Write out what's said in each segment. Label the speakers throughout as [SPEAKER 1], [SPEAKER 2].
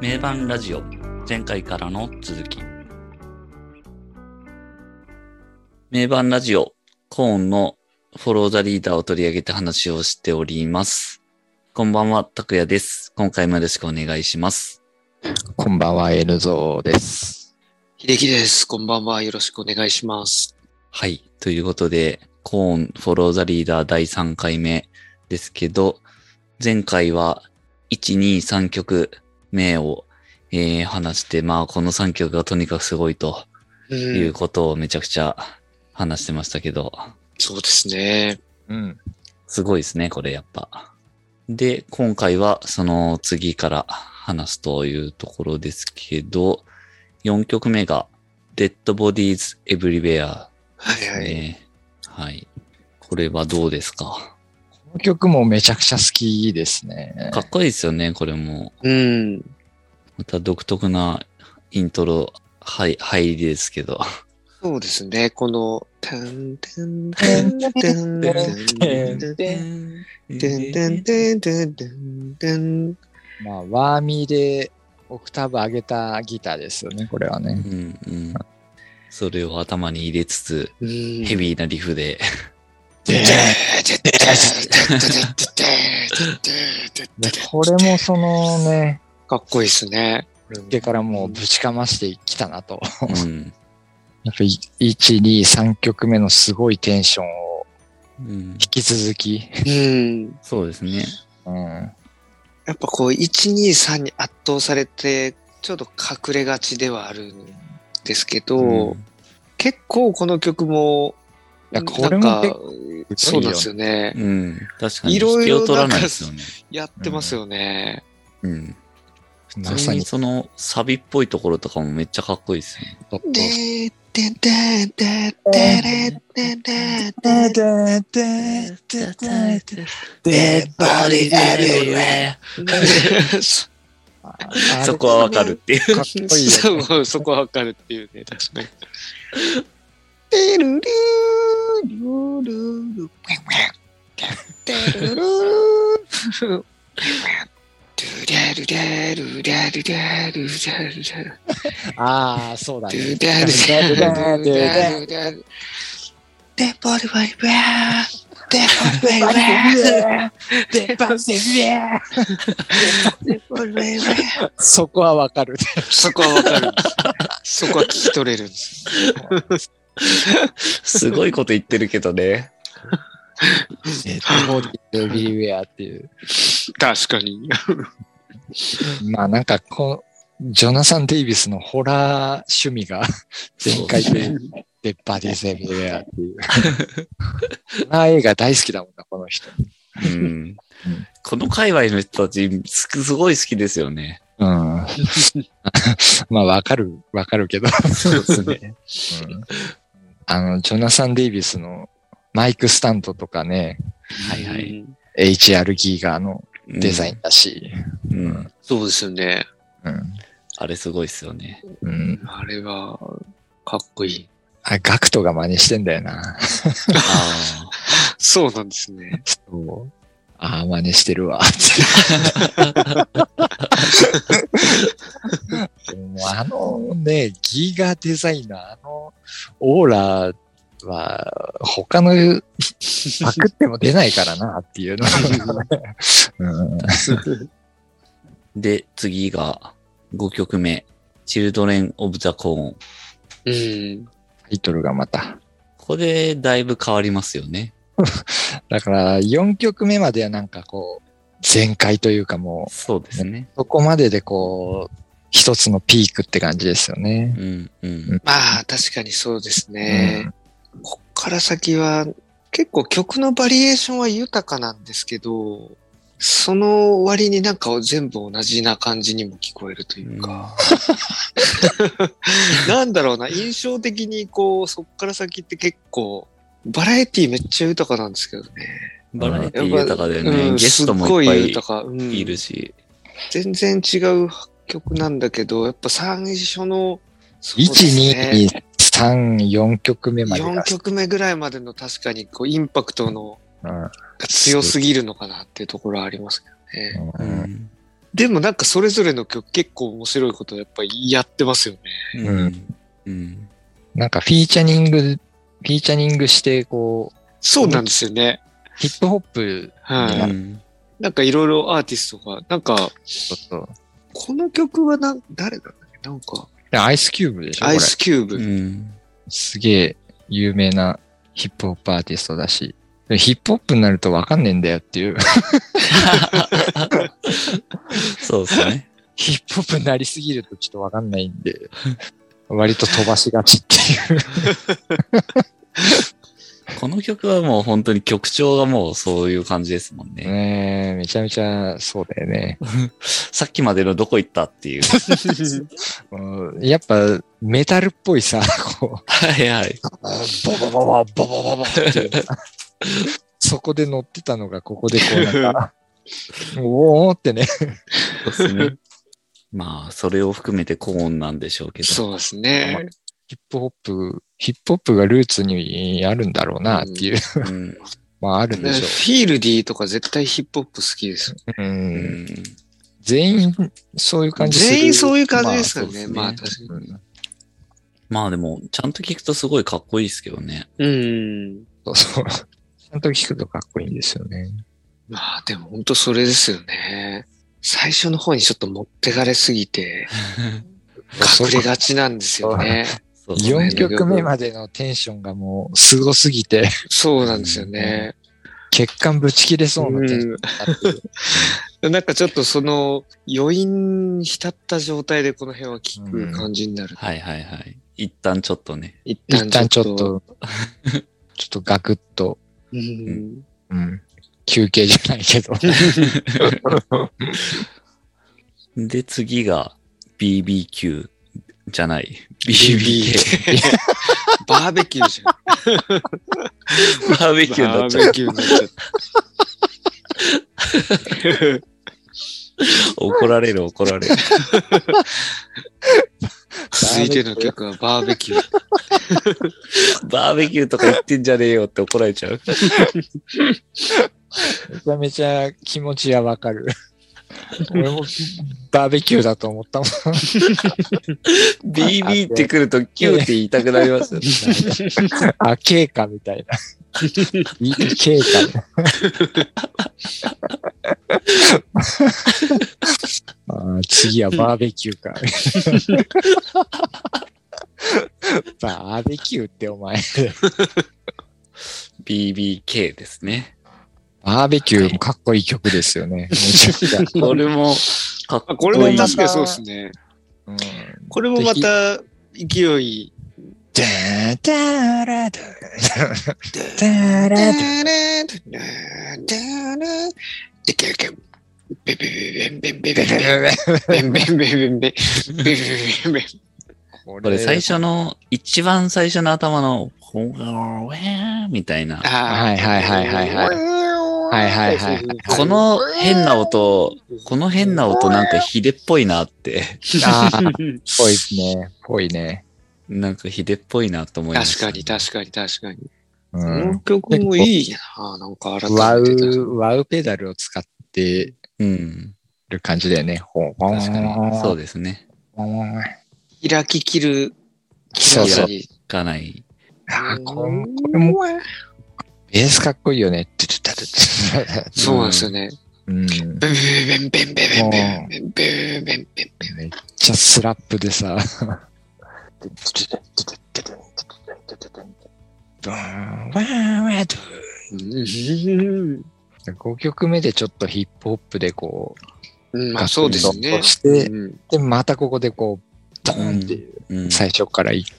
[SPEAKER 1] 名盤ラジオ前回からの続き名盤ラジオコーンのフォローザリーダーを取り上げて話をしておりますこんばんは拓也です今回もよろしくお願いします
[SPEAKER 2] こんばんは、N ゾーです。
[SPEAKER 3] 秀樹です。こんばんは。よろしくお願いします。
[SPEAKER 1] はいということでコーンフォローザリーダー第3回目ですけど前回は123曲目を、えー話してまあこの3曲がとにかくすごいと
[SPEAKER 3] う、
[SPEAKER 1] いうんことをめちゃくちゃ話してましたけど、
[SPEAKER 3] そうですね。
[SPEAKER 2] うん。
[SPEAKER 1] すごいですね、これやっぱ。で、今回はその次から話すというところですけど、4曲目が Dead Bodies Everywhere
[SPEAKER 3] はいはい。
[SPEAKER 1] ね。はい。これはどうですか
[SPEAKER 2] この曲もめちゃくちゃ好きですね。
[SPEAKER 1] かっこいいですよね、これも。
[SPEAKER 3] うん。
[SPEAKER 1] また独特なイントロ、はい、入りですけど。
[SPEAKER 3] そうですね。この、てんてんてんてんてんてんてんてんてんてんてんてんてん
[SPEAKER 2] まあ、ワーミーでオクターブ上げたギターですよね、これはね。
[SPEAKER 1] うんうん。それを頭に入れつつ、
[SPEAKER 3] うん
[SPEAKER 1] ヘビーなリフで、
[SPEAKER 2] で、これもそのね、
[SPEAKER 3] かっこいいですね。
[SPEAKER 2] でからもうぶちかましてきたなと。
[SPEAKER 1] うん。
[SPEAKER 2] やっぱり1、2、3曲目のすごいテンションを
[SPEAKER 1] うん
[SPEAKER 2] 引き続き。
[SPEAKER 3] うん。
[SPEAKER 1] そうですね。
[SPEAKER 2] うん。
[SPEAKER 3] やっぱこう、1、2、3に圧倒されて、ちょっと隠れがちではあるんですけど、
[SPEAKER 1] うん
[SPEAKER 3] 結構この曲も、
[SPEAKER 2] いやこれも
[SPEAKER 3] なん
[SPEAKER 2] 結
[SPEAKER 3] かそうなんですよね。
[SPEAKER 1] うん。確かに、
[SPEAKER 3] いろいろ
[SPEAKER 1] 引きを取らないですよね。
[SPEAKER 3] やってますよね。
[SPEAKER 1] うん。普
[SPEAKER 2] ま
[SPEAKER 1] 通
[SPEAKER 2] さ
[SPEAKER 1] に
[SPEAKER 2] に
[SPEAKER 1] その、サビっぽいところとかもめっちゃかっこいいですね。
[SPEAKER 2] ちょっと。
[SPEAKER 3] でーでんでんでんでれんでんでんでん
[SPEAKER 1] そこはわかるっていう。
[SPEAKER 2] かっこいいよね。
[SPEAKER 3] そうそこはわかるっていうね、確かに。てるるーるるるてるるるドゥリャルリャルリャルリャルリャルリャル
[SPEAKER 2] ああ、そうだ
[SPEAKER 3] ド
[SPEAKER 2] ね。
[SPEAKER 3] ゥダルダルダルダルダルデポリバイバーデポリバイバーデポリバイバー
[SPEAKER 2] そこはわかる。
[SPEAKER 3] そこはわかるんです。そこは聞き取れるんです。
[SPEAKER 1] すごいこと言ってるけどね。
[SPEAKER 2] デッドボディエビリウェアっていう。
[SPEAKER 3] 確かに。
[SPEAKER 2] まあなんかこう、ジョナサン・デイビスのホラー趣味が全開
[SPEAKER 1] そうで
[SPEAKER 2] で、デッバディズ・エビリウェアっていう。ホラー映画大好きだもんな、この人。
[SPEAKER 1] うん。この界隈の人たち、すすごい好きですよね。
[SPEAKER 2] うん。まあわかる、わかるけど。
[SPEAKER 1] そうですね。
[SPEAKER 2] うんあの、ジョナサン・デイビスのマイクスタントとかね、
[SPEAKER 1] はいはい。。
[SPEAKER 2] HR ギガーのデザインだし。
[SPEAKER 1] ン。うん。
[SPEAKER 3] そうですよね。
[SPEAKER 2] うん。
[SPEAKER 1] あれすごいですよ ね。
[SPEAKER 2] うん。
[SPEAKER 3] あれは、かっこいい。
[SPEAKER 2] あ、ガクトが真似してんだよな。
[SPEAKER 1] あ
[SPEAKER 3] そうなんですね。
[SPEAKER 2] そう。ああ、真似してるわ。もうあのね、ギガデザイナー、あのオーラは、他のパクっても出ないからなっていうのが、うん。
[SPEAKER 1] ーで、次が5曲目。Children of the Corn。
[SPEAKER 3] うん。
[SPEAKER 2] タイトルがまた。
[SPEAKER 1] ここでだいぶ変わりますよね。
[SPEAKER 2] だから、4曲目まではなんかこう、全開というかも
[SPEAKER 1] そうですね
[SPEAKER 2] う。、そこまででこう、一つのピークって感じですよね。
[SPEAKER 1] うん、うん。
[SPEAKER 3] まあ、確かにそうですね。こっから先は、結構曲のバリエーションは豊かなんですけど、その割になんか全部同じな感じにも聞こえるというか、なんだろうな、印象的にこう、そっから先って結構、バラエティめっちゃ豊かなんですけどね。
[SPEAKER 1] バラエティ豊かだよね。
[SPEAKER 3] うん
[SPEAKER 1] ゲストもい
[SPEAKER 3] すっごい
[SPEAKER 1] っ
[SPEAKER 3] 豊
[SPEAKER 1] ぱ
[SPEAKER 3] か。うん
[SPEAKER 1] いいるし。
[SPEAKER 3] 全然違う曲なんだけど、やっぱ最初の、そうですね
[SPEAKER 2] 1、2、3、4曲目まで
[SPEAKER 3] 4
[SPEAKER 2] が。
[SPEAKER 3] 曲目ぐらいまでの確かにこうインパクトの
[SPEAKER 2] うん
[SPEAKER 3] が強すぎるのかなっていうところはありますけどね。
[SPEAKER 1] う
[SPEAKER 2] うん
[SPEAKER 1] ん
[SPEAKER 3] でもなんかそれぞれの曲結構面白いことやっぱりやってますよね。
[SPEAKER 1] うんん。うん。
[SPEAKER 2] なんかフィーチャリング、フィーチャリングして、こう、
[SPEAKER 3] そうなんですよね。
[SPEAKER 2] ヒップホップ、
[SPEAKER 3] はい、
[SPEAKER 2] う
[SPEAKER 3] なんかいろいろアーティストが、なんか、
[SPEAKER 2] ちょっと、
[SPEAKER 3] この曲はなん誰なんだっけなんか、
[SPEAKER 2] でアイスキューブでしょこ
[SPEAKER 3] ア
[SPEAKER 2] れ
[SPEAKER 3] イスキューブ。
[SPEAKER 1] うん。
[SPEAKER 2] すげえ有名なヒップホップアーティストだし、でヒップホップになるとわかんねえんだよっていう、
[SPEAKER 1] そうですね。
[SPEAKER 2] ヒップホップになりすぎるとちょっとわかんないんで、割と飛ばしがちっていう。
[SPEAKER 1] この曲はもう本当に曲調がもうそういう感じですも んね。
[SPEAKER 2] ねえ、めちゃめちゃそうだよね。
[SPEAKER 1] さっきまでのどこ行ったっていう。
[SPEAKER 2] うんやっぱメタルっぽいさ、こう、
[SPEAKER 1] はいはい。
[SPEAKER 2] ボボボボボボボボっていうそこで乗ってたのがここでこうなんか、おーってね。
[SPEAKER 1] そうです ね。まあ、それを含めてコーンなんでしょうけど。
[SPEAKER 3] そうですね。
[SPEAKER 2] ヒップホップ、ヒップホップがルーツにあるんだろうなっていう。
[SPEAKER 1] うん。
[SPEAKER 2] まああるん
[SPEAKER 3] ね
[SPEAKER 2] で
[SPEAKER 3] フ
[SPEAKER 2] しょ
[SPEAKER 3] ィールディーとか絶対ヒップホップ好きですよね。
[SPEAKER 2] う。う、
[SPEAKER 1] うんん。
[SPEAKER 2] 全員そういう感じする
[SPEAKER 3] 全員そういう感じですからね。ま
[SPEAKER 1] ま
[SPEAKER 3] あ、
[SPEAKER 1] あ
[SPEAKER 3] 確かに。
[SPEAKER 2] うん
[SPEAKER 1] まあでも、ちゃんと聞くとすごいかっこいいですけど ね。
[SPEAKER 3] うん。
[SPEAKER 2] そうそう。ちゃんと聞くとかっこいいんですよね。
[SPEAKER 3] まあ、でも本当それですよね。最初の方にちょっと持ってかれすぎて、隠れがちなんですよね。
[SPEAKER 1] そうですね
[SPEAKER 2] 4曲目までのテンションがもうすごすぎて、
[SPEAKER 3] そうなんですよね。
[SPEAKER 2] 血管ぶち切れそうなテンション
[SPEAKER 3] ううん、 なんかちょっとその余韻に浸った状態でこの辺は聞く感じになる。
[SPEAKER 1] はいはいはい。一旦ちょっとね。
[SPEAKER 3] 一
[SPEAKER 2] 一旦
[SPEAKER 3] 旦
[SPEAKER 2] ち
[SPEAKER 3] ち
[SPEAKER 2] ょ
[SPEAKER 3] ょ
[SPEAKER 2] っと、
[SPEAKER 3] っと。
[SPEAKER 2] ちょっとガクッと、
[SPEAKER 3] うん
[SPEAKER 2] うん、休憩じゃないけ ど。
[SPEAKER 1] で、次が BBQ じゃない。BBK。
[SPEAKER 3] バーベキューじゃん。
[SPEAKER 1] バーベキューにな
[SPEAKER 3] バ
[SPEAKER 1] っちゃ
[SPEAKER 3] ー
[SPEAKER 1] う
[SPEAKER 3] ベ。キューになっちゃった。
[SPEAKER 1] 怒られる怒られる。
[SPEAKER 3] 続いての曲はバーベキュー。
[SPEAKER 1] バーベキューとか言ってんじゃねえよって怒られ ちゃう。
[SPEAKER 2] めちゃめちゃ気持ちはわかる。俺もバーベキューだと思ったもん。
[SPEAKER 1] BB ってくると Q って言いたくなりますよ ね。
[SPEAKER 2] あ、K かみたいな。K か。あー次はバーベキューか。バーベキューってお前。
[SPEAKER 1] BBK ですね。
[SPEAKER 2] バーベキューもかっこいい曲ですよね。めちゃくちゃ。
[SPEAKER 1] これもかっ
[SPEAKER 3] あ
[SPEAKER 1] こ
[SPEAKER 3] こ
[SPEAKER 1] い
[SPEAKER 3] れ
[SPEAKER 1] い。
[SPEAKER 3] も確かにそうですね。
[SPEAKER 2] うん
[SPEAKER 3] これもまた勢い。
[SPEAKER 2] ダーダーラダーダーラダー
[SPEAKER 1] これ最初の、一番最初の頭の、ほんわーみたいな。
[SPEAKER 2] はいはいはいはいはい。はいはいはいはい
[SPEAKER 1] この変な音、この変な音なんかヒデっぽいなって、
[SPEAKER 2] ああ、ぽいですね。ぽいね。
[SPEAKER 1] なんかヒデっぽいなと思いまし
[SPEAKER 3] 確
[SPEAKER 1] た
[SPEAKER 3] か
[SPEAKER 1] ね、
[SPEAKER 3] に確かに確かに。
[SPEAKER 2] う
[SPEAKER 3] この
[SPEAKER 2] ん。
[SPEAKER 3] 曲もいいな。なんか改
[SPEAKER 2] ワ
[SPEAKER 3] めて。
[SPEAKER 2] ウ、ワウペダルを使って
[SPEAKER 1] うん。
[SPEAKER 2] る感じだよね。ほん、ほん、
[SPEAKER 1] 確かに。そう
[SPEAKER 2] う。
[SPEAKER 1] ですね。
[SPEAKER 3] 開き切る。
[SPEAKER 2] そうそう。
[SPEAKER 1] かない。
[SPEAKER 2] あーこんこれもベースかっこいいよね。トゥトゥタトゥ
[SPEAKER 3] そうなんですよね。
[SPEAKER 2] うん。
[SPEAKER 3] ベンベンベンベンベンベンベンベンベンベンベン。
[SPEAKER 2] めっちゃスラップでさ。5曲目でちょっとヒップホップでこう、
[SPEAKER 3] うん、まあそうです
[SPEAKER 2] ガッ
[SPEAKER 3] ね
[SPEAKER 2] と。して、
[SPEAKER 3] うん
[SPEAKER 2] で、またここでこう、ドーンっていう
[SPEAKER 1] うん。
[SPEAKER 2] 最初からいい。だか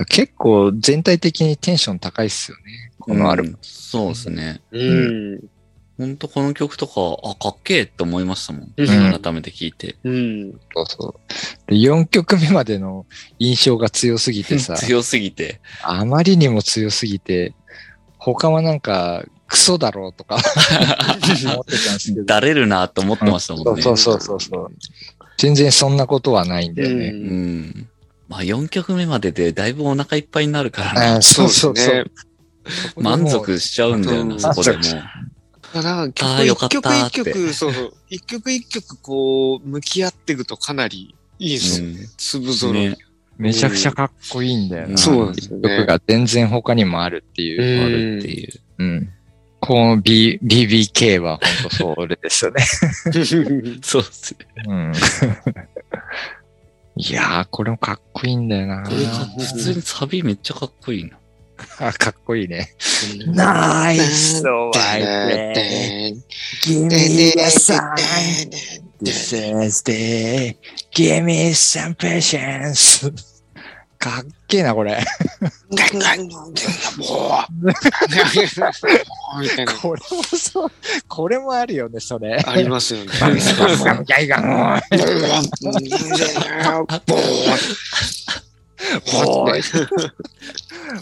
[SPEAKER 2] ら結構全体的にテンション高いっすよね。このアルバム。
[SPEAKER 1] ム。そうですね。
[SPEAKER 3] うん。
[SPEAKER 1] ほんとこの曲とか、あ、かっけえって思いましたもん。
[SPEAKER 3] うん
[SPEAKER 1] 改めて聞いて。、
[SPEAKER 3] うん。
[SPEAKER 2] そうそう。で、4曲目までの印象が強すぎてさ
[SPEAKER 1] 強すぎて。
[SPEAKER 2] あまりにも強すぎて、他はなんか、クソだろうとか思ってたんですけ ど、
[SPEAKER 1] だれるなと思ってましたもんね。
[SPEAKER 2] そうそうそうそう。全然そんなことはないんだよ
[SPEAKER 3] う
[SPEAKER 2] ね。
[SPEAKER 1] うんん。まあ4曲目まででだいぶお腹いっぱいになるから
[SPEAKER 2] あ
[SPEAKER 1] ね
[SPEAKER 2] ーそうそう
[SPEAKER 3] です
[SPEAKER 2] そう
[SPEAKER 3] ね。。
[SPEAKER 1] 満足しちゃうんだよ
[SPEAKER 3] う
[SPEAKER 1] な、
[SPEAKER 3] ん
[SPEAKER 1] そこでもう。
[SPEAKER 3] だから
[SPEAKER 1] あーよか
[SPEAKER 3] 曲
[SPEAKER 1] ったー
[SPEAKER 3] 一曲一
[SPEAKER 1] っ
[SPEAKER 3] 曲、そうそう。一曲一曲こう、向き合っていくとかなりいいです
[SPEAKER 1] う
[SPEAKER 3] よ。
[SPEAKER 1] ん
[SPEAKER 3] 粒揃い。
[SPEAKER 1] ね
[SPEAKER 2] めちゃくちゃかっこいいんだよ
[SPEAKER 1] う
[SPEAKER 2] な。
[SPEAKER 1] ん
[SPEAKER 3] そうなんですよね
[SPEAKER 2] 曲が全然他にもあるっていう。
[SPEAKER 1] あるっていう。
[SPEAKER 2] うん。この B、BBK は本当それですよね。
[SPEAKER 1] そうっすね。
[SPEAKER 2] うん。いやー、これもかっこいいんだよな
[SPEAKER 1] これか普通にサビめっちゃかっこい いな。
[SPEAKER 2] あかっこいいね。
[SPEAKER 3] うん
[SPEAKER 2] ナイ
[SPEAKER 3] ス
[SPEAKER 2] の
[SPEAKER 3] で
[SPEAKER 2] Give
[SPEAKER 3] でで
[SPEAKER 2] This is day. Give me some patience. かっけえな、これ。
[SPEAKER 3] ガンガン飲んでんだ、もう。みたいな。
[SPEAKER 2] これもそう、これもあるよね、それ。
[SPEAKER 3] ありますよね。
[SPEAKER 2] ガイガンボーイ。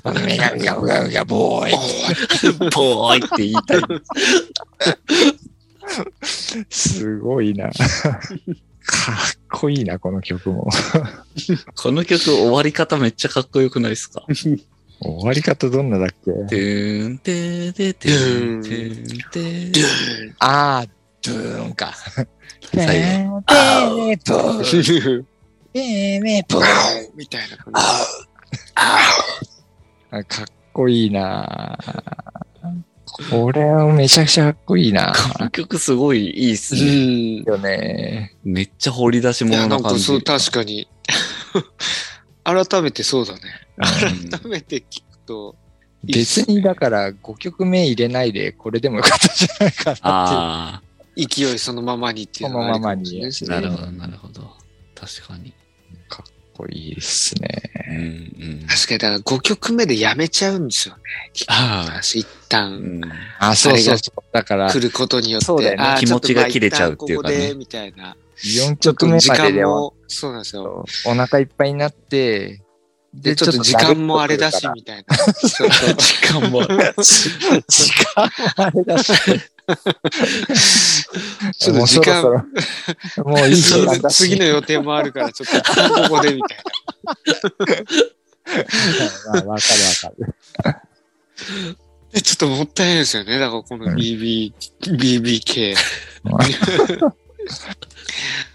[SPEAKER 2] ガミガミガミガミガボーイ。
[SPEAKER 1] ぽーいって言いたい。
[SPEAKER 2] すごいな。かっこいいな、この曲も。
[SPEAKER 1] この曲終わり方めっちゃかっこよくないですか
[SPEAKER 2] 終わり方どんなだっけ
[SPEAKER 1] てーん、てーで、てーん、てーん、てーん。
[SPEAKER 2] あー、ドゥーン か。
[SPEAKER 1] 最後。
[SPEAKER 2] 後。あー、ドゥーン。えーね、ドゥーン。
[SPEAKER 3] みたいな感
[SPEAKER 2] あかっこいいなこれはめちゃくちゃかっこいいな
[SPEAKER 1] この曲すごいいいっす
[SPEAKER 3] じ。
[SPEAKER 1] ね。
[SPEAKER 3] い
[SPEAKER 2] よね。
[SPEAKER 1] めっちゃ掘り出し物
[SPEAKER 3] や、な
[SPEAKER 1] なん
[SPEAKER 3] か
[SPEAKER 1] 感じ。
[SPEAKER 3] そう、確かに。改めてそうだね。
[SPEAKER 1] うん
[SPEAKER 3] 改めて聞くと、
[SPEAKER 2] 別にだから5曲目入れないでこれでもよかったんじゃないかなっ
[SPEAKER 1] あ
[SPEAKER 3] 勢いそのままにっていうがあるかもしれないです
[SPEAKER 1] あ、
[SPEAKER 3] ね
[SPEAKER 1] なるほど、なるほど。確かに。
[SPEAKER 2] ていう。かっこいいですね。
[SPEAKER 1] うん、うん。
[SPEAKER 3] 確かに、だから5曲目でやめちゃうんですよね。
[SPEAKER 1] あ
[SPEAKER 3] 一
[SPEAKER 1] あ、う
[SPEAKER 3] 旦
[SPEAKER 1] ん。
[SPEAKER 2] あ、そうそうそう。だから
[SPEAKER 3] 来ることによって、
[SPEAKER 2] そうだよね
[SPEAKER 3] あー
[SPEAKER 1] 気持ちが切れちゃうっていうかね
[SPEAKER 3] ちょっとまあ一旦ここでみたいな。
[SPEAKER 2] 4
[SPEAKER 3] ちょ
[SPEAKER 2] 曲
[SPEAKER 3] っと
[SPEAKER 2] 目
[SPEAKER 3] 時
[SPEAKER 2] まで
[SPEAKER 3] 間
[SPEAKER 2] では
[SPEAKER 3] も、そうなんですよ。
[SPEAKER 2] お腹いっぱいになって、
[SPEAKER 3] で、ちょっと時間もあれだし、みたいな。そうそう
[SPEAKER 1] 時間も。
[SPEAKER 2] 時間も あれだし。
[SPEAKER 3] ちょっと時 間
[SPEAKER 2] もうそろそろ もういい時間だし。
[SPEAKER 3] 次の予定もあるから、ちょっと一旦ここでみたい
[SPEAKER 2] まあわかるわかる。
[SPEAKER 3] な。でちょっともったいないですよね。だからこの BB、BBK。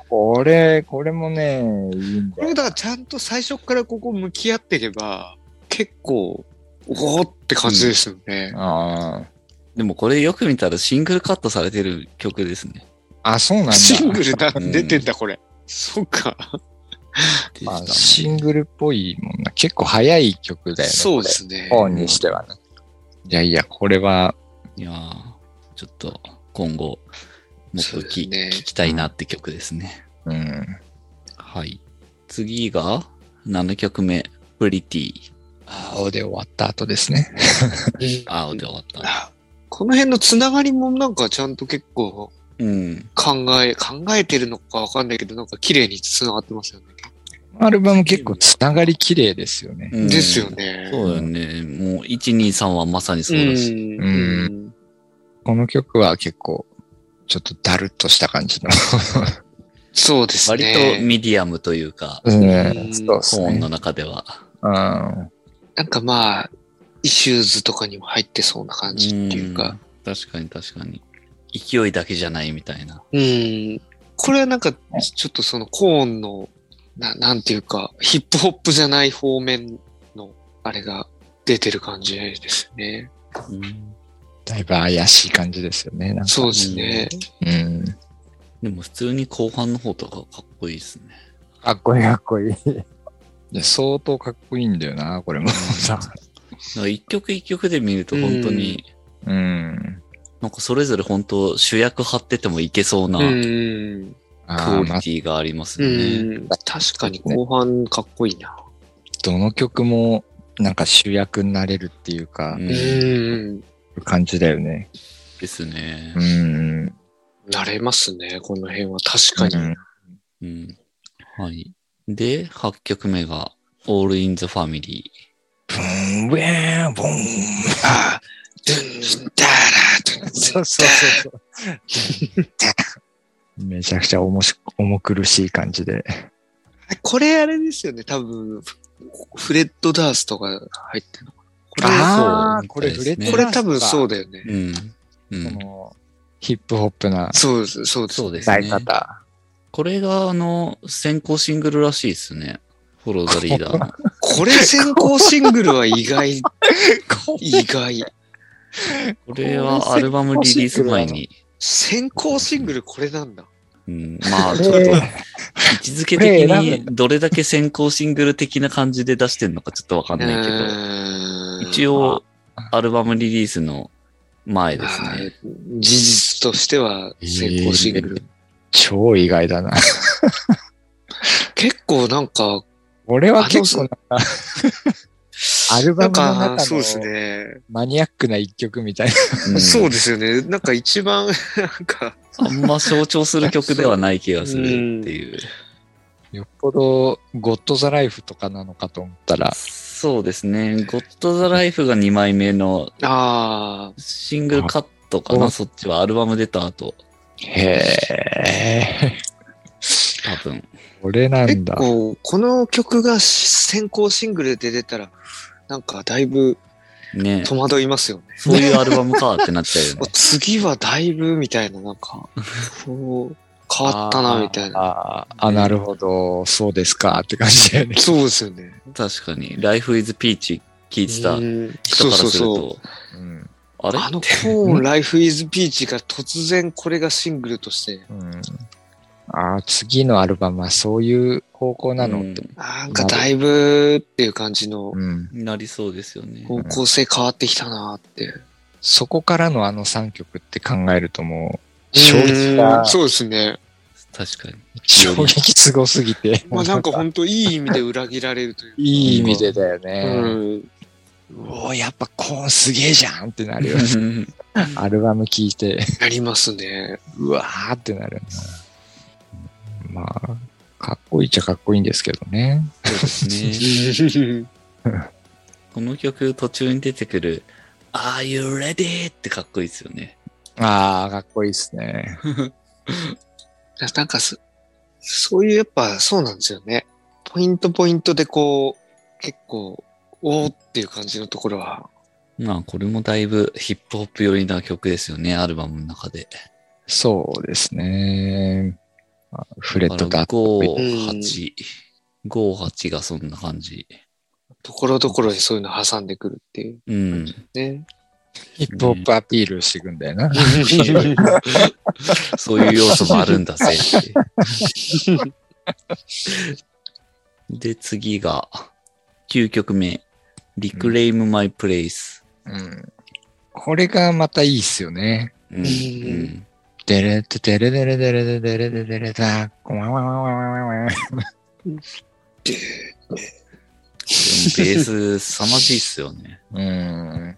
[SPEAKER 2] これ、これもね、いいん
[SPEAKER 3] こ
[SPEAKER 2] だよ
[SPEAKER 3] れだからちゃんと最初からここ向き合っていけば、結構、おおって感じですよね。
[SPEAKER 2] あー
[SPEAKER 1] でもこれよく見たらシングルカットされてる曲ですね。
[SPEAKER 2] あ、そうなんだ。
[SPEAKER 3] シングルだ、
[SPEAKER 1] うん
[SPEAKER 3] 出てんだ、これ。そっか。
[SPEAKER 2] まあシングルっぽいもんな。結構早い曲だよね。
[SPEAKER 3] そうですね。
[SPEAKER 2] これ。本にしてはね。いやいや、これは、
[SPEAKER 1] いやーちょっと今後、もっ
[SPEAKER 3] そ
[SPEAKER 1] と
[SPEAKER 3] うです
[SPEAKER 1] き、
[SPEAKER 3] ね
[SPEAKER 1] 聞きたいなって曲ですね。
[SPEAKER 2] うん。
[SPEAKER 1] はい。次が7曲目、プリティ。
[SPEAKER 2] 青で終わった後ですね。
[SPEAKER 1] 青で終わった。
[SPEAKER 3] あこの辺のつながりもなんかちゃんと結構
[SPEAKER 1] うん。
[SPEAKER 3] 考え、考えてるのかわかんないけど、なんか綺麗につながってますよね。
[SPEAKER 2] アルバム結構つながり綺麗ですよね。
[SPEAKER 1] うん
[SPEAKER 3] ですよ。ね。
[SPEAKER 1] そうだよね。もう1、2、3はまさにそうだし。
[SPEAKER 3] ん
[SPEAKER 2] うこの曲は結構、ちょっとダルっとした感じの。
[SPEAKER 3] そうです
[SPEAKER 1] 割
[SPEAKER 3] ね。
[SPEAKER 1] とミディアムというか、
[SPEAKER 2] うんそうです
[SPEAKER 1] コーン
[SPEAKER 2] ね。
[SPEAKER 1] の中では。
[SPEAKER 2] うん。
[SPEAKER 3] なんかまあ、イシューズとかにも入ってそうな感じっていうか。
[SPEAKER 1] うん。確かに確かに。勢いだけじゃないみたいな。
[SPEAKER 3] うん。これはなんか、ちょっとそのコーンの、ななんていうか、ヒップホップじゃない方面の、あれが出てる感じですね。
[SPEAKER 1] うん
[SPEAKER 2] だいぶ怪しい感じですよね。なんか
[SPEAKER 3] そうですね。
[SPEAKER 2] うん。
[SPEAKER 1] でも普通に後半の方とかかっこいいですね。
[SPEAKER 2] かっこいい、かっこいい。いや相当かっこいいんだよな、これも。
[SPEAKER 1] だから一曲一曲で見ると本当に、
[SPEAKER 2] うん。
[SPEAKER 1] なんかそれぞれ本当主役張っててもいけそうな
[SPEAKER 3] う
[SPEAKER 1] ク
[SPEAKER 3] ん。
[SPEAKER 2] あ
[SPEAKER 1] オ
[SPEAKER 2] あ、
[SPEAKER 1] リテ
[SPEAKER 2] まあ、
[SPEAKER 1] ィがあります
[SPEAKER 3] う
[SPEAKER 1] よね。
[SPEAKER 3] ん。確かに後半かっこいいな。
[SPEAKER 2] どの曲もなんか主役になれるっていうか
[SPEAKER 1] う、
[SPEAKER 3] うんん。
[SPEAKER 2] 感じだよね。
[SPEAKER 1] ですね
[SPEAKER 2] う。ん。
[SPEAKER 3] なれますね、この辺は。確かに。
[SPEAKER 1] うんはい。で、8曲目が All in the Family。
[SPEAKER 2] ン、ウェー、ボン。
[SPEAKER 3] ああ、ドゥン、ダーラ、ドゥン、
[SPEAKER 2] そうそうそうそう。 めちゃくちゃ重し重苦しい感じで。
[SPEAKER 3] これあれですよね、多分、フフレッドダースとか入ってるのかな。これ
[SPEAKER 1] あー
[SPEAKER 2] これ
[SPEAKER 1] そう
[SPEAKER 2] 触れて
[SPEAKER 1] ー
[SPEAKER 3] これ多分そうだよね。
[SPEAKER 1] うん。うん
[SPEAKER 2] このヒップホップな
[SPEAKER 3] そうです、そうです。
[SPEAKER 1] そうです
[SPEAKER 2] 歌い
[SPEAKER 1] ね。
[SPEAKER 2] 方。
[SPEAKER 1] これが、あの、先行シングルらしいですね。フォローザリーダーの。
[SPEAKER 3] これ先行シングルは意 外、意外。
[SPEAKER 1] これはアルバムリリース前に、
[SPEAKER 3] 先行シングルこれなんだ。
[SPEAKER 1] うん、ま あ
[SPEAKER 2] これ
[SPEAKER 1] ちょっと、位置づけ的
[SPEAKER 2] これ選
[SPEAKER 1] にどれだけ先行シングル的な感じで出してるのかちょっとわかんないけど、
[SPEAKER 3] ど
[SPEAKER 1] 一応、アルバムリリースの前ですね。
[SPEAKER 3] 事実としては先行シングル。
[SPEAKER 2] 超意外だな。
[SPEAKER 3] 結構なんか、
[SPEAKER 2] 俺は結構なんか、アル
[SPEAKER 3] な
[SPEAKER 2] バ
[SPEAKER 3] ん
[SPEAKER 2] ムの
[SPEAKER 3] か、
[SPEAKER 2] 中
[SPEAKER 3] そう
[SPEAKER 2] の
[SPEAKER 3] ですね。
[SPEAKER 2] マニアックな一曲みたいな。
[SPEAKER 1] ん
[SPEAKER 3] そうですよね。なんか一番、なんか、
[SPEAKER 1] あんま象徴する曲ではない気がするっていう。
[SPEAKER 2] よっぽど、ゴッド・ザ・ライフとかなのかと思ったら、
[SPEAKER 1] そうですね。ゴッド・ザ・ライフが2枚目の
[SPEAKER 3] ああ、
[SPEAKER 1] シングルカットか
[SPEAKER 2] あ
[SPEAKER 1] な、そっちはアルバム出た後、
[SPEAKER 2] へえ、
[SPEAKER 1] 多分。
[SPEAKER 2] これなん
[SPEAKER 3] 結
[SPEAKER 2] だ。
[SPEAKER 3] 構、この曲が先行シングルで出たら、なんかだいぶ
[SPEAKER 1] ね
[SPEAKER 3] 戸惑いますよね。
[SPEAKER 1] そういうアルバムかってなっちゃ うよね
[SPEAKER 3] お。次はだいぶみたいな、なんか、そう変わったな、みたいな。
[SPEAKER 2] あーあー、なるほど、そうですかって感じだよね。
[SPEAKER 3] そうですよね。
[SPEAKER 1] 確かに。Life is Peach 聞いてた
[SPEAKER 3] うん
[SPEAKER 1] 人
[SPEAKER 3] そう
[SPEAKER 1] から
[SPEAKER 3] そう
[SPEAKER 1] する
[SPEAKER 3] そう。
[SPEAKER 1] と、
[SPEAKER 2] うん。
[SPEAKER 1] あれ
[SPEAKER 3] あのコーン、Life is Peach が突然これがシングルとして、
[SPEAKER 2] うん、ああ、次のアルバムはそういう方向なの、
[SPEAKER 1] うん
[SPEAKER 3] なんかだいぶっていう感じの
[SPEAKER 2] うん、
[SPEAKER 1] なりそうですよね。
[SPEAKER 3] 方向性変わってきたなって。
[SPEAKER 2] そこからのあの3曲って考えるともう、衝撃
[SPEAKER 3] う
[SPEAKER 2] が
[SPEAKER 3] ん、そうですね。
[SPEAKER 1] 確かに。
[SPEAKER 2] 衝撃すごすぎて。
[SPEAKER 3] まあなん か本当いい意味で裏切られるというか。
[SPEAKER 2] いい意味でだよ
[SPEAKER 3] う
[SPEAKER 2] ね。
[SPEAKER 3] ん。
[SPEAKER 2] うおーやっぱコーンすげえじゃんってなるよ。アルバム聴いて、
[SPEAKER 3] なりますね。
[SPEAKER 2] うわーってなる。まあ、かっこいいっちゃかっこいいんですけどね。
[SPEAKER 1] そうですね。この曲途中に出てくる、Are you ready? ってかっこいいですよね。
[SPEAKER 2] ああ、かっこいいですね。
[SPEAKER 3] なんかそ、そういうやっぱそうなんですよね。ポイントポイントでこう、結構、おーっていう感じのところは。
[SPEAKER 1] まあこれもだいぶヒップホップ寄りな曲ですよね、アルバムの中で。
[SPEAKER 2] そうですね。まあフレットだ。
[SPEAKER 1] 58。58がそんな感じ。
[SPEAKER 3] ところどころにそういうの挟んでくるっていう
[SPEAKER 1] うん。
[SPEAKER 3] ね。
[SPEAKER 2] ヒップホップアピールしていくんだよな。
[SPEAKER 1] そういう要素もあるんだぜって。 で、次が、9曲目。Reclaim My Place。
[SPEAKER 2] うん。これがまたいいっすよね。
[SPEAKER 1] うん。うん
[SPEAKER 2] デレテデレデレデレデレデレデレダこわわわわわわわ。
[SPEAKER 1] でもベース凄まじいっすよね。
[SPEAKER 2] うん。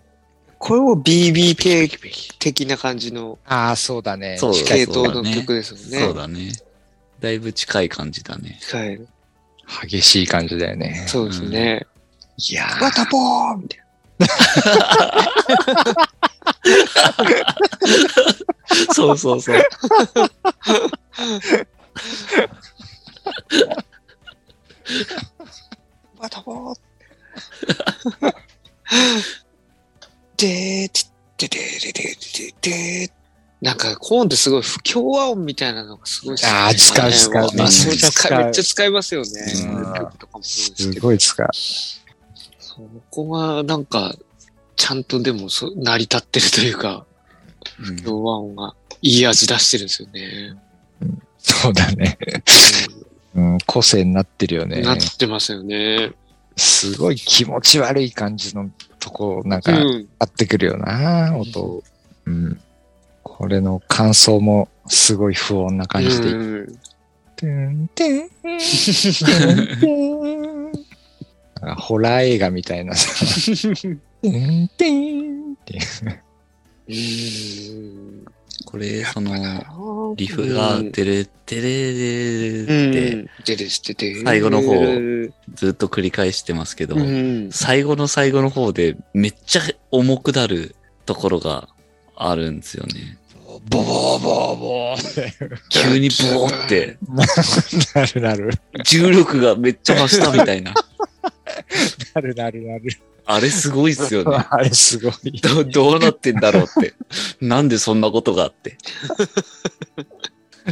[SPEAKER 3] これも BBK 的な感じの
[SPEAKER 2] ああ、そうだね。
[SPEAKER 1] そう
[SPEAKER 2] 近
[SPEAKER 3] 系
[SPEAKER 2] いとこ
[SPEAKER 3] 統
[SPEAKER 2] ろ
[SPEAKER 3] の曲ですもんね。
[SPEAKER 1] そうだね。だいぶ近い感じだね。
[SPEAKER 3] 近い。
[SPEAKER 2] 激しい感じだよね。
[SPEAKER 3] そうですね。
[SPEAKER 2] いや
[SPEAKER 3] わたぽーみたい
[SPEAKER 1] そうそうそう。
[SPEAKER 3] な。わたぽーでーて、ででででででなんか、コーンってすごい不協和音みたいなのがすごい好き
[SPEAKER 2] あー使う使う
[SPEAKER 3] まあそれ使
[SPEAKER 2] め
[SPEAKER 3] い
[SPEAKER 2] っちゃ使う
[SPEAKER 3] めっちゃ使いますよね。
[SPEAKER 1] うん
[SPEAKER 3] 曲とかもそうです
[SPEAKER 2] す
[SPEAKER 3] けど。
[SPEAKER 2] ごい使う。
[SPEAKER 3] そこがなんか、ちゃんとでもそ成り立ってるというか、
[SPEAKER 1] うん
[SPEAKER 3] 不協和音がいい味出してるんですよね。
[SPEAKER 2] そうだね。うん、個性になってるよね。
[SPEAKER 3] なってますよね。
[SPEAKER 2] すごい気持ち悪い感じのとこ、なん
[SPEAKER 3] う
[SPEAKER 2] か、
[SPEAKER 3] ん。
[SPEAKER 2] 合ってくるよな、音。うん。これの感想もすごい不穏な感じで。
[SPEAKER 3] うん
[SPEAKER 2] てんてんてんてん なんかホラー映画みたいな さ。てんてんって
[SPEAKER 3] うん。
[SPEAKER 1] これ、その、
[SPEAKER 3] の
[SPEAKER 1] リフが、
[SPEAKER 3] うん
[SPEAKER 1] てれてれれ
[SPEAKER 3] うん
[SPEAKER 1] れって、
[SPEAKER 3] ででしてて
[SPEAKER 1] 最後の方
[SPEAKER 3] うん
[SPEAKER 1] ずっと繰り返してますけど、
[SPEAKER 3] うん
[SPEAKER 1] 最後の最後の方でめっちゃ重くなるところがあるんですよね。
[SPEAKER 2] ボボボボーっ
[SPEAKER 1] 急にボーって、
[SPEAKER 2] て なるなる。
[SPEAKER 1] 重力がめっちゃ増したみたいな。
[SPEAKER 2] なるなるなる。
[SPEAKER 1] あれすごいっすよね。
[SPEAKER 2] あれすごい。
[SPEAKER 1] どどうなってんだろうって。なんでそんなことがあって。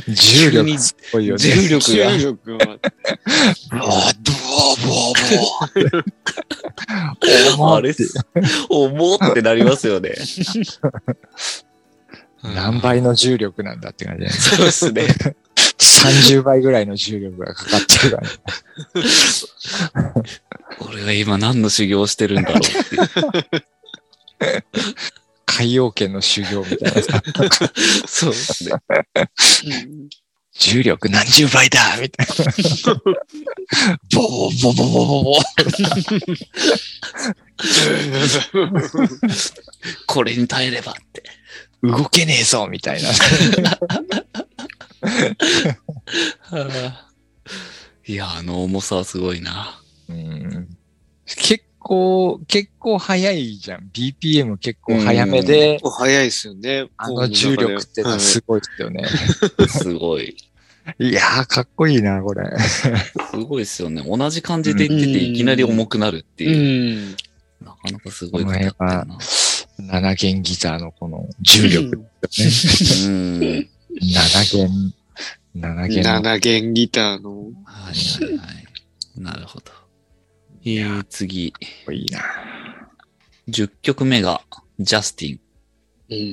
[SPEAKER 2] 重
[SPEAKER 1] 急に
[SPEAKER 2] 力すごいよね。
[SPEAKER 1] 重力が
[SPEAKER 3] 重力は
[SPEAKER 2] ブワーブワーブワーブワー
[SPEAKER 1] あれっす。思ってなりますよね。
[SPEAKER 2] 何倍の重力なんだって感じだね。
[SPEAKER 1] そうですね。
[SPEAKER 2] 30倍ぐらいの重力がかかっちゃ うからね。
[SPEAKER 1] 俺は今何の修行をしてるんだろうっていう。
[SPEAKER 2] 海洋圏の修行みたいなさ。
[SPEAKER 1] そうですね。
[SPEAKER 3] うん
[SPEAKER 2] 重力何十倍だみたいな。ボーボーボーボーボーボー
[SPEAKER 1] これに耐えればって。
[SPEAKER 2] 動けねえぞみたいな。
[SPEAKER 1] いや、あの重さはすごいな。
[SPEAKER 2] うん結構、結構早いじゃん。BPM 結構早めで、
[SPEAKER 3] お早いですよね。
[SPEAKER 2] あの重力ってのはすごいですよね。
[SPEAKER 1] すごい。
[SPEAKER 2] いやー、かっこいいな、これ。
[SPEAKER 1] すごいですよね。同じ感じで言ってて、
[SPEAKER 3] うん
[SPEAKER 1] いきなり重くなるって
[SPEAKER 3] う
[SPEAKER 1] いう。
[SPEAKER 3] ん。
[SPEAKER 1] なかなかすごいことやってる
[SPEAKER 2] お前
[SPEAKER 1] な。
[SPEAKER 2] 7弦ギターのこの重力。
[SPEAKER 1] うん。
[SPEAKER 2] 7弦、7弦。
[SPEAKER 3] 7弦ギターの。
[SPEAKER 1] はいはいはい。なるほど。えー、次。
[SPEAKER 2] こいいな。
[SPEAKER 1] 10曲目が、ジャスティン。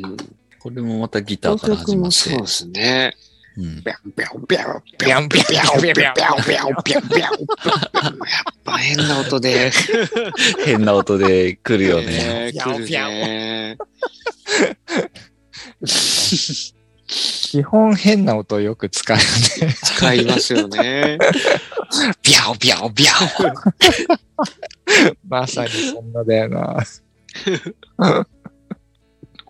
[SPEAKER 3] うん。
[SPEAKER 1] これもまたギターから始まっ
[SPEAKER 3] そうで
[SPEAKER 1] て。
[SPEAKER 3] すね。
[SPEAKER 1] うん
[SPEAKER 3] ビャンビャンビャン
[SPEAKER 2] ぴゃんぴゃんぴゃんぴゃんぴゃん。
[SPEAKER 3] やっぱ変な音で。
[SPEAKER 1] 変な音で来るよね。
[SPEAKER 3] えー来るね。
[SPEAKER 2] 基本変な音よく使うね。
[SPEAKER 3] 使いますよね。
[SPEAKER 2] ぴゃおぴゃおぴゃお。まさにそんなだよな。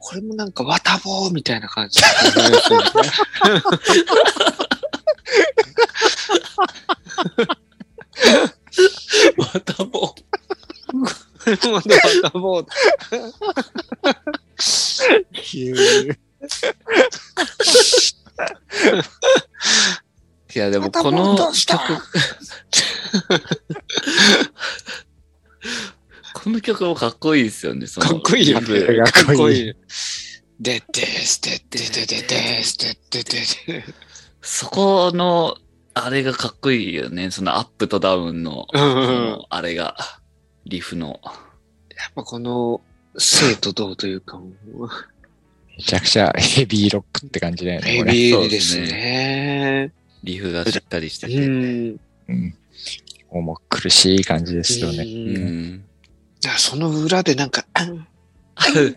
[SPEAKER 3] これもなんか、わたぼうみたいな感じですよね。
[SPEAKER 1] またも
[SPEAKER 3] まだわたぼう。
[SPEAKER 1] いや、でもこの曲、この曲もかっこいいですよね。その
[SPEAKER 3] かっこいいよ
[SPEAKER 1] 各
[SPEAKER 3] ね。
[SPEAKER 2] かっこいい。
[SPEAKER 3] でです、ででででです、でででで。
[SPEAKER 1] そこの、あれがかっこいいよね。そのアップとダウンの、
[SPEAKER 3] うん
[SPEAKER 1] そ
[SPEAKER 3] うん。やっ
[SPEAKER 1] のあれが、リフの。
[SPEAKER 3] ぱこの、生と同というか、もう
[SPEAKER 2] めちゃくちゃヘビーロックって感じだよね、
[SPEAKER 3] ヘ
[SPEAKER 2] これ。
[SPEAKER 3] ビーですね。
[SPEAKER 1] リフがしっかりして
[SPEAKER 3] う
[SPEAKER 1] て。
[SPEAKER 3] ん。
[SPEAKER 2] うん。重苦しい感じですよね。
[SPEAKER 1] う
[SPEAKER 3] うん
[SPEAKER 1] ん。
[SPEAKER 3] だからその裏でなんか、あん、あん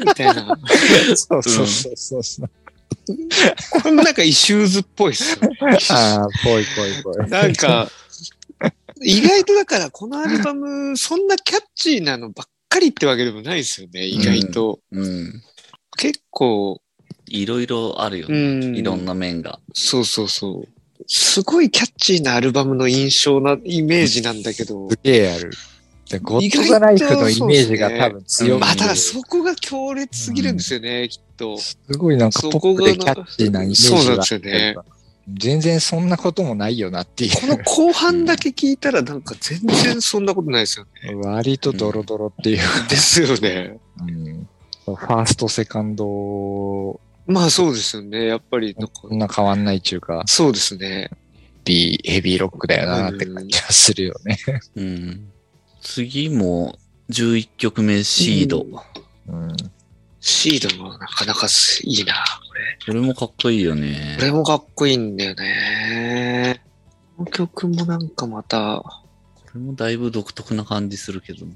[SPEAKER 3] みたいな。
[SPEAKER 2] そうそうそうそうそう。
[SPEAKER 3] このなんかイシューズっぽいっすよね。
[SPEAKER 2] ああ、ぽいぽいぽい。
[SPEAKER 3] なんか、意外とだからこのアルバム、そんなキャッチーなのばっかりってわけでもないですよね、意外と。
[SPEAKER 1] うん。
[SPEAKER 3] 結構、
[SPEAKER 1] いろいろあるよ
[SPEAKER 3] う
[SPEAKER 1] ね。
[SPEAKER 3] ん。
[SPEAKER 1] いろん。な面が。
[SPEAKER 3] そうそうそう。すごいキャッチーなアルバムの印象な、イメージなんだけど。
[SPEAKER 2] すげえある。でゴッド・ザ・ライフのイメージが多分強い。
[SPEAKER 3] まあ、ただそこが強烈すぎるんですよね、きっと。
[SPEAKER 2] すごいなんかポップでキャッチーなイメージがある
[SPEAKER 3] そうなんですよ
[SPEAKER 2] 全然そんなこともないよなってい
[SPEAKER 3] この後半だけ聞いたらなんか全然そんなことないですよね。
[SPEAKER 2] う。割とドロドロっていう。
[SPEAKER 3] ですよね。
[SPEAKER 2] うんファースト、セカンド、
[SPEAKER 3] まあそうですよね。やっぱり、なんか
[SPEAKER 2] こんな変わんないっていうか、
[SPEAKER 3] そうですね。
[SPEAKER 2] ビヘビーロックだよなって感じがするよね。
[SPEAKER 1] うん。次も、11曲目、シード。
[SPEAKER 3] うん
[SPEAKER 1] こ
[SPEAKER 2] うん。
[SPEAKER 3] シードもなかなかすいいな。
[SPEAKER 1] れもかっこいいよね
[SPEAKER 3] こ。れもかっこいいんだよね。この曲もなんかまた、
[SPEAKER 1] これもだいぶ独特な感じするけどな。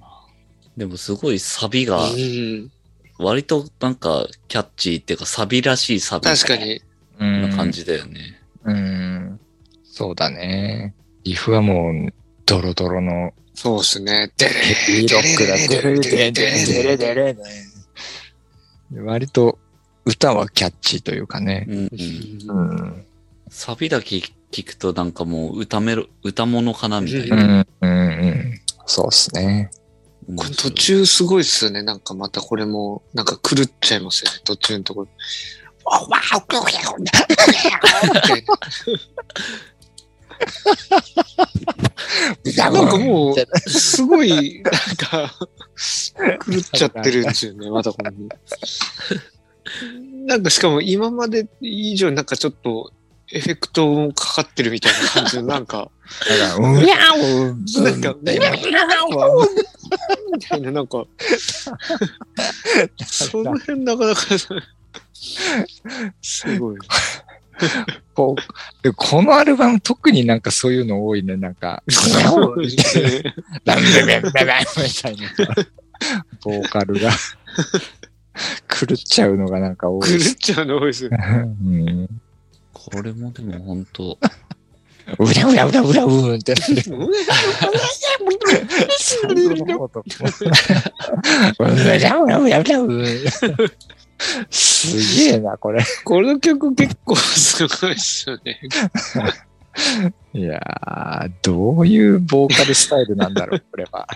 [SPEAKER 1] でもすごいサビが、
[SPEAKER 3] うん、
[SPEAKER 1] 割となんかキャッチーっていうかサビらしいサビ
[SPEAKER 3] 確かに、
[SPEAKER 1] な感じだよね。
[SPEAKER 2] うん。そうだね。リフはもう、ドロドロの
[SPEAKER 3] そうですね。で
[SPEAKER 2] ヘビーロックだ。デレデレデレデレ割と、歌はキャッチーというかね。
[SPEAKER 1] うんうん
[SPEAKER 2] うん。
[SPEAKER 1] サビだけ聞くとなんかもう歌めろ、歌物かなみたいうな。
[SPEAKER 2] ん。うんうん。そうっすね。
[SPEAKER 3] これ途中すごいっすよね。なんかまたこれも、なんか狂っちゃいますよね。途中のところ。わわわみたいななんかもう、すごい、なんか、狂っちゃってるんですよ ね、まだこの。なんかしかも今まで以上になんかちょっとエフェクトもかかってるみたいな感じの、なんか、
[SPEAKER 2] だから、うん、
[SPEAKER 3] な
[SPEAKER 2] なん
[SPEAKER 3] んか、
[SPEAKER 2] だよ
[SPEAKER 3] みたいな、なんか、その辺なかなか、すごい。
[SPEAKER 2] こう、でこのアルバム特になんかそういうの多いね、なんか、
[SPEAKER 3] そうですね
[SPEAKER 2] ダメダメダメダメみたいな、ボーカルが、狂っちゃうのがなんか多い。
[SPEAKER 3] 狂っちゃうの多いです。
[SPEAKER 2] うん
[SPEAKER 1] これもでも本当
[SPEAKER 2] うらうらうらうらうんってなって、最後の方とかもうらうらう
[SPEAKER 3] う
[SPEAKER 2] らうらうん。すげえな、これ。
[SPEAKER 3] この曲結構すごいですよね。
[SPEAKER 2] いやー、どういうボーカルスタイルなんだろう、これは。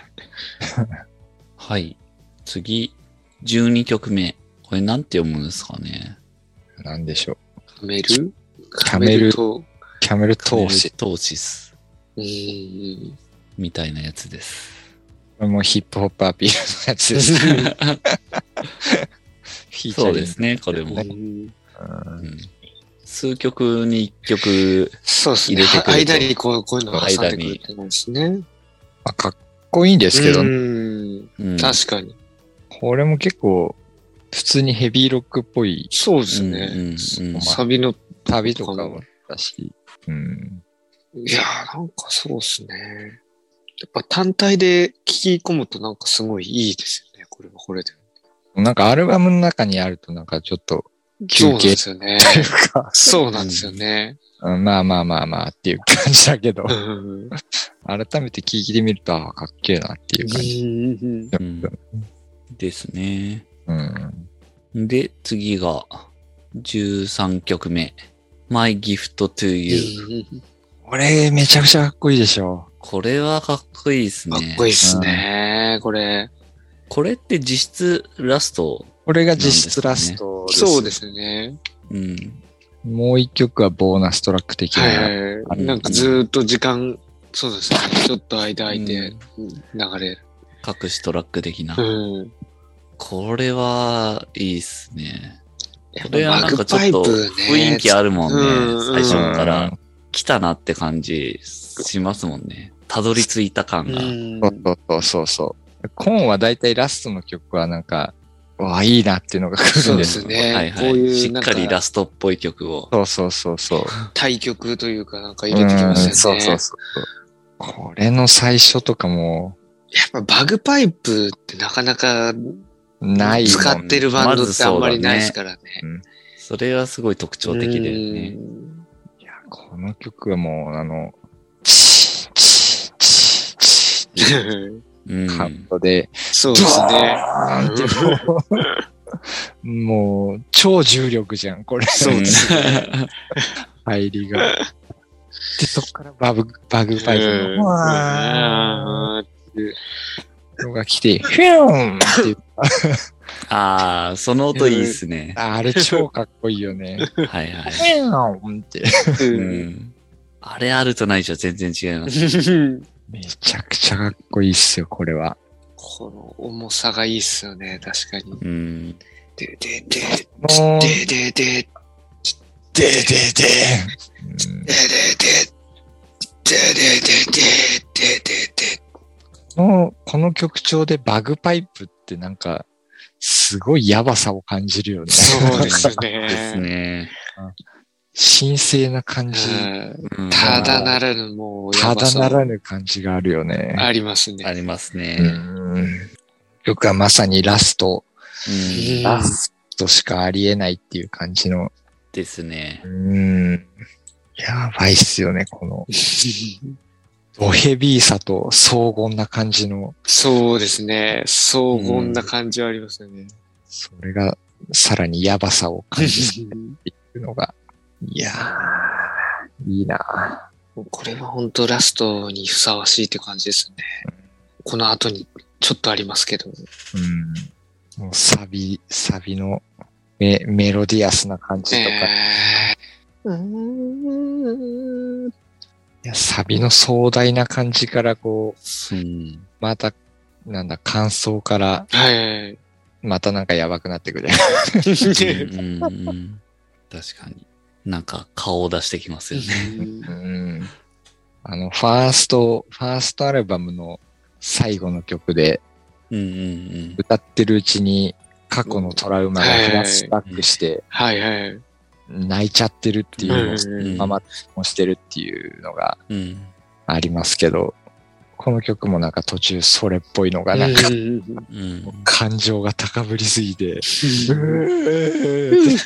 [SPEAKER 1] はい。次、12曲目。これなんて読むんですかね。
[SPEAKER 2] なんでしょう。
[SPEAKER 3] キャメルキ
[SPEAKER 2] ャメル
[SPEAKER 3] と、
[SPEAKER 2] キャメル・トーシ。
[SPEAKER 1] トーシス。
[SPEAKER 3] うーん。
[SPEAKER 1] みたいなやつです。
[SPEAKER 2] これもヒップホップアピールのやつですね。フィーチャリ
[SPEAKER 1] そ
[SPEAKER 2] ン
[SPEAKER 1] う
[SPEAKER 2] グ
[SPEAKER 1] ですね、これも。
[SPEAKER 3] うん
[SPEAKER 1] うん数曲に1曲、
[SPEAKER 3] そうです
[SPEAKER 1] 入れ
[SPEAKER 3] ね
[SPEAKER 1] てくる。と
[SPEAKER 3] 間にこうこういうの挟んでくるってなんですね。
[SPEAKER 2] まあかっこいいんですけど、
[SPEAKER 3] う
[SPEAKER 2] ね
[SPEAKER 3] ーん
[SPEAKER 1] うん
[SPEAKER 3] 確かに。
[SPEAKER 2] これも結構、普通にヘビーロックっぽい
[SPEAKER 3] そうです
[SPEAKER 1] うんうん
[SPEAKER 3] ね。
[SPEAKER 1] うん
[SPEAKER 3] サビの、
[SPEAKER 2] 旅とかもだし、うん。
[SPEAKER 3] いやーなんかそうですね。やっぱ単体で聞き込むとなんかすごいいいですよね。これはこれで。
[SPEAKER 2] なんかアルバムの中にあるとなんかちょっと、
[SPEAKER 3] そうなん
[SPEAKER 2] 休憩
[SPEAKER 3] ですよね。
[SPEAKER 2] というか、
[SPEAKER 3] そうなんですよね。
[SPEAKER 2] うんまあまあまあまあっていう感じだけど
[SPEAKER 3] う、ん。
[SPEAKER 2] 改めて聞いてみると、ああ、かっけえなっていう感じ。
[SPEAKER 3] うん
[SPEAKER 1] うんですね。
[SPEAKER 2] うん。
[SPEAKER 1] で、次が、13曲目。My Gift to You。
[SPEAKER 2] これ、めちゃくちゃかっこいいでしょ。
[SPEAKER 1] これはかっこいいです
[SPEAKER 3] か
[SPEAKER 1] ね。
[SPEAKER 3] っこいいっすね、これ。
[SPEAKER 1] これって実質ラスト。
[SPEAKER 2] これが実質ラストです。
[SPEAKER 3] そうで。すね。
[SPEAKER 1] うん。
[SPEAKER 2] もう一曲はボーナストラック的な。
[SPEAKER 3] はいはい。なんかずーっと時間、そうですね。ちょっと間空いて流れる。
[SPEAKER 1] 隠しトラック的な
[SPEAKER 3] う。ん。
[SPEAKER 1] これはいいっすね。
[SPEAKER 3] や
[SPEAKER 1] こ
[SPEAKER 3] っ
[SPEAKER 1] れは
[SPEAKER 3] ぱ
[SPEAKER 1] なん
[SPEAKER 3] マ
[SPEAKER 1] か
[SPEAKER 3] グ
[SPEAKER 1] ちょ
[SPEAKER 3] パ
[SPEAKER 1] っ
[SPEAKER 3] イプ
[SPEAKER 1] と
[SPEAKER 3] ね。
[SPEAKER 1] 雰囲気あるもん
[SPEAKER 3] うん
[SPEAKER 1] ね。最初
[SPEAKER 3] うん
[SPEAKER 1] から。来たなって感じしますもんね。たどり着いた感が。
[SPEAKER 3] うん
[SPEAKER 2] そうそうそうそうそう。コーンは大体ラストの曲はなんか、わあ、いいなっていうのが来る
[SPEAKER 3] そ
[SPEAKER 2] ん
[SPEAKER 3] う
[SPEAKER 2] で。
[SPEAKER 3] ですすね。
[SPEAKER 1] はいは
[SPEAKER 3] こう
[SPEAKER 1] い。
[SPEAKER 3] い
[SPEAKER 1] し
[SPEAKER 3] う
[SPEAKER 1] っ
[SPEAKER 3] なん
[SPEAKER 1] か
[SPEAKER 3] か
[SPEAKER 1] りラストっぽい曲を。
[SPEAKER 2] そうそうそうそう。
[SPEAKER 3] 対局というかなんか入れてきますよ
[SPEAKER 2] うんそ
[SPEAKER 3] ね。
[SPEAKER 2] うそうそう。これの最初とかも、
[SPEAKER 3] やっぱバグパイプってなかなか
[SPEAKER 2] ないもん、
[SPEAKER 3] 使ってるバンドってあんまりないですからね。
[SPEAKER 1] それはすごい特徴的でね。
[SPEAKER 3] うん
[SPEAKER 2] いや、この曲はもう、あの、チーチーチーチ
[SPEAKER 1] うん。
[SPEAKER 2] ーカットで、
[SPEAKER 3] そうですね。
[SPEAKER 2] バーンってもう、もう、超重力じゃん、これ。
[SPEAKER 3] そうですね。
[SPEAKER 2] 入りが。で、そこからバグ、バグパイプ
[SPEAKER 3] うん
[SPEAKER 2] の、わー
[SPEAKER 3] うん
[SPEAKER 2] のが来て、ヒューンっていう
[SPEAKER 1] ああ、その音いいっすね。
[SPEAKER 2] ああれ超かっこいいよ ね。
[SPEAKER 1] はいはい。
[SPEAKER 2] ヒューンって。
[SPEAKER 1] う
[SPEAKER 3] うん
[SPEAKER 1] ん。あれあるとないじゃ全然違います。
[SPEAKER 2] めちゃくちゃかっこいいっすよ、これは。
[SPEAKER 3] この重さがいいっすよね、確かに。
[SPEAKER 1] うん。
[SPEAKER 3] で、で、で、
[SPEAKER 2] もう、でで
[SPEAKER 3] で、で、で、で、
[SPEAKER 2] で、うん
[SPEAKER 3] で、で、で、で、で、で、で、で、
[SPEAKER 2] この、この曲調でバグパイプってなんか、すごいやばさを感じるよね。
[SPEAKER 3] そうです
[SPEAKER 1] です
[SPEAKER 3] ね。
[SPEAKER 1] ね。
[SPEAKER 2] 神聖な感じ、
[SPEAKER 3] うん
[SPEAKER 1] うん
[SPEAKER 3] ただならぬもう、
[SPEAKER 2] た
[SPEAKER 3] やば
[SPEAKER 2] だ
[SPEAKER 3] さ
[SPEAKER 2] ならぬ感じがあるよね。
[SPEAKER 3] ありますね。
[SPEAKER 1] ありますね。
[SPEAKER 2] うん曲はまさにラスト、
[SPEAKER 1] うん
[SPEAKER 3] うん
[SPEAKER 2] ラストしかありえないっていう感じの。
[SPEAKER 1] ですね
[SPEAKER 2] う。ん。やばいっすよね、この。ドヘビーさと荘厳な感じの、
[SPEAKER 3] そうですね。荘厳な感じはありますよね。
[SPEAKER 2] それがさらにやばさを感じさせるのが。いやー、いいな
[SPEAKER 3] これは本当ラストにふさわしいって感じですね。この後にちょっとありますけど。
[SPEAKER 2] うん。もうサビ、サビのメメロディアスな感じとか、
[SPEAKER 3] えーうーん
[SPEAKER 2] いやサビの壮大な感じからこう、
[SPEAKER 1] うん。
[SPEAKER 2] また、なんだ、感想から、
[SPEAKER 3] はいはいはい。
[SPEAKER 2] またなんかやばくなってく る。
[SPEAKER 1] うんうんうん確かに。なんか顔を出してきますよ ね。
[SPEAKER 2] うん。あの、ファースト、ファーストアルバムの最後の曲で、
[SPEAKER 1] うんうん
[SPEAKER 2] 歌ってるうちに過去のトラウマがフラッシュバックして、
[SPEAKER 3] はいはいはい。
[SPEAKER 2] 泣いちゃってるっていうのを、そ
[SPEAKER 3] うんうん
[SPEAKER 2] のままもしてるっていうのが
[SPEAKER 1] うん。うん。
[SPEAKER 2] ありますけど、この曲もなんか途中それっぽいのがなんか
[SPEAKER 3] うん
[SPEAKER 1] うん。
[SPEAKER 2] 感情が高ぶりすぎて、
[SPEAKER 1] うん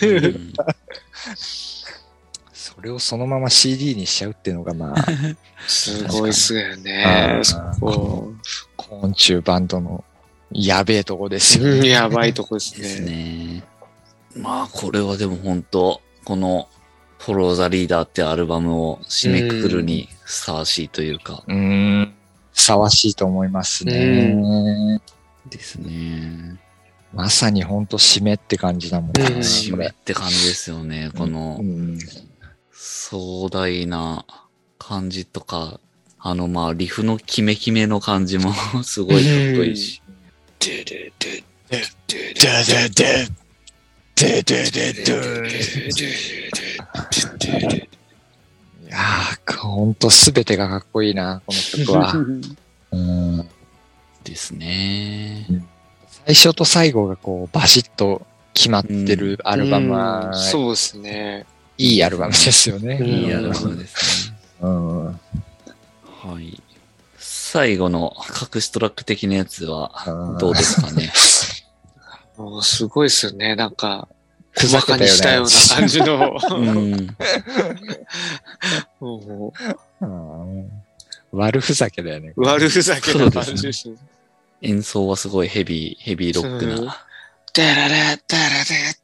[SPEAKER 2] それをそのまま CD にしちゃうっていうのがま あ、
[SPEAKER 3] すごいっすよね
[SPEAKER 2] あ。
[SPEAKER 3] そ
[SPEAKER 2] ー
[SPEAKER 3] こ。
[SPEAKER 2] 昆虫バンドのやべえとこですよ
[SPEAKER 3] うん
[SPEAKER 2] ね。
[SPEAKER 3] やばいとこです
[SPEAKER 1] です
[SPEAKER 3] ね。
[SPEAKER 1] ね。まあ、これはでも本当この、フォローザリーダーってアルバムを締めくくるにふさわしいというか、
[SPEAKER 2] うーん、ふさわしいと思いますね。
[SPEAKER 1] ですね。
[SPEAKER 2] まさにほんと締めって感じだもんね。
[SPEAKER 3] うん
[SPEAKER 1] 締
[SPEAKER 2] こ
[SPEAKER 1] め
[SPEAKER 2] れ
[SPEAKER 1] って感じですよね。この
[SPEAKER 2] うん
[SPEAKER 1] 壮大な感じとか、あの、まあ、リフのキメキメの感じも すごいかっこいいし。
[SPEAKER 3] ででででで
[SPEAKER 2] ドゥドゥドゥドゥドゥドゥドゥいやー、ほんとすべてがかっこいいな、この曲は。うん
[SPEAKER 1] ですね。
[SPEAKER 2] 最初と最後がこう、バシッと決まってるアルバムは、
[SPEAKER 3] そうですね。
[SPEAKER 2] いいアルバムですよね。
[SPEAKER 3] うん
[SPEAKER 1] いいアルバムですね。
[SPEAKER 2] うん。
[SPEAKER 1] はい。最後の隠しトラック的なやつは、どうですかね。
[SPEAKER 3] もうすごいっすよね。なんか、
[SPEAKER 2] ふ
[SPEAKER 3] 馬
[SPEAKER 2] ざ
[SPEAKER 3] 鹿
[SPEAKER 2] け
[SPEAKER 3] に
[SPEAKER 2] たよね
[SPEAKER 3] したような感じの。
[SPEAKER 1] うん。
[SPEAKER 3] も
[SPEAKER 2] うん悪ふざけだよね。
[SPEAKER 3] う悪ふざけな感じです ね。
[SPEAKER 1] 演奏はすごいヘビー、ヘビーロックな。
[SPEAKER 3] ダララダラダ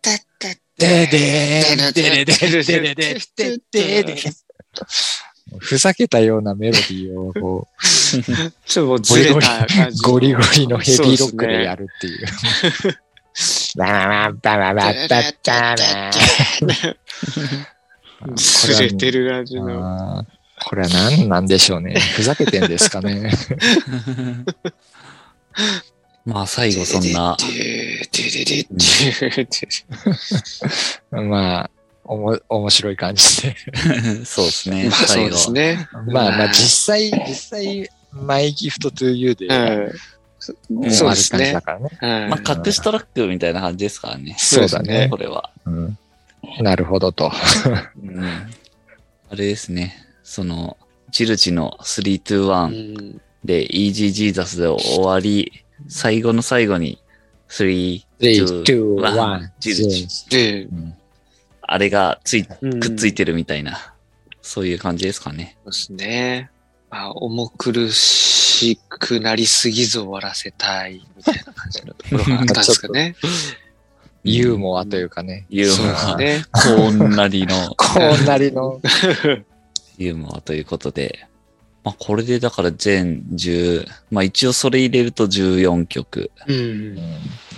[SPEAKER 3] ダダ
[SPEAKER 2] ででーんでででででででででふざけたようなメロディーをこう、
[SPEAKER 3] ちょっともうずれた感じ。
[SPEAKER 2] ゴリゴリのヘビーロックでやるっていう。バラバラバラバラバラ
[SPEAKER 3] ずれてる感じの。
[SPEAKER 2] あーこれは何なんでしょうね。ふざけてんですかね。
[SPEAKER 1] まあ最後そんな、
[SPEAKER 2] まあ、おも、面白い感じで。
[SPEAKER 1] そうですね。
[SPEAKER 3] まあそう
[SPEAKER 1] 最
[SPEAKER 3] で
[SPEAKER 1] 後。
[SPEAKER 3] すね。
[SPEAKER 2] まあまあ、実際、実際、マイギフトトゥーユーで、
[SPEAKER 3] うん。
[SPEAKER 2] 終
[SPEAKER 3] そう
[SPEAKER 2] わ
[SPEAKER 3] で
[SPEAKER 2] る
[SPEAKER 3] す
[SPEAKER 2] 感じ
[SPEAKER 3] ね
[SPEAKER 2] だ。からね。
[SPEAKER 1] まあ隠しトラックみたいな感じですからね。
[SPEAKER 2] そうだね。
[SPEAKER 1] これは。
[SPEAKER 2] うん。なるほどと。
[SPEAKER 1] うん。あれですね。その、ジルチの321、で、Easy Jesus で終わり、最後の最後に、3、
[SPEAKER 2] 3、2、
[SPEAKER 1] ワ
[SPEAKER 2] 1
[SPEAKER 1] ン、ジルチ
[SPEAKER 3] で、
[SPEAKER 1] あれがつい、く
[SPEAKER 3] く
[SPEAKER 1] っついてるみたいな、そういう感じですかね。
[SPEAKER 3] そうですね。まあ、重苦しくなりすぎず終わらせたい、みたいな感じのところがあったんですかね。
[SPEAKER 2] ユーモアというかね。
[SPEAKER 1] ユーモ
[SPEAKER 3] そう
[SPEAKER 1] ア、
[SPEAKER 3] ですね。
[SPEAKER 1] こんなりの
[SPEAKER 2] こんなりの。
[SPEAKER 1] ユーモアということで、まあ、これでだから全10、まあ一応それ入れると14曲
[SPEAKER 3] うん。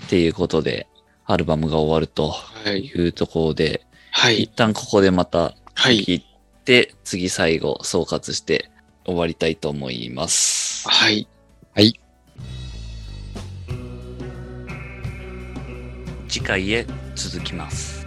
[SPEAKER 1] っていうことで、アルバムが終わると
[SPEAKER 3] はい。
[SPEAKER 1] いうところで、
[SPEAKER 3] は
[SPEAKER 1] 一
[SPEAKER 3] い。
[SPEAKER 1] 旦ここでまた
[SPEAKER 3] はい。
[SPEAKER 1] 聞いて、次最後総括して終わりたいと思います。
[SPEAKER 3] はい。
[SPEAKER 1] 次回へ続きます。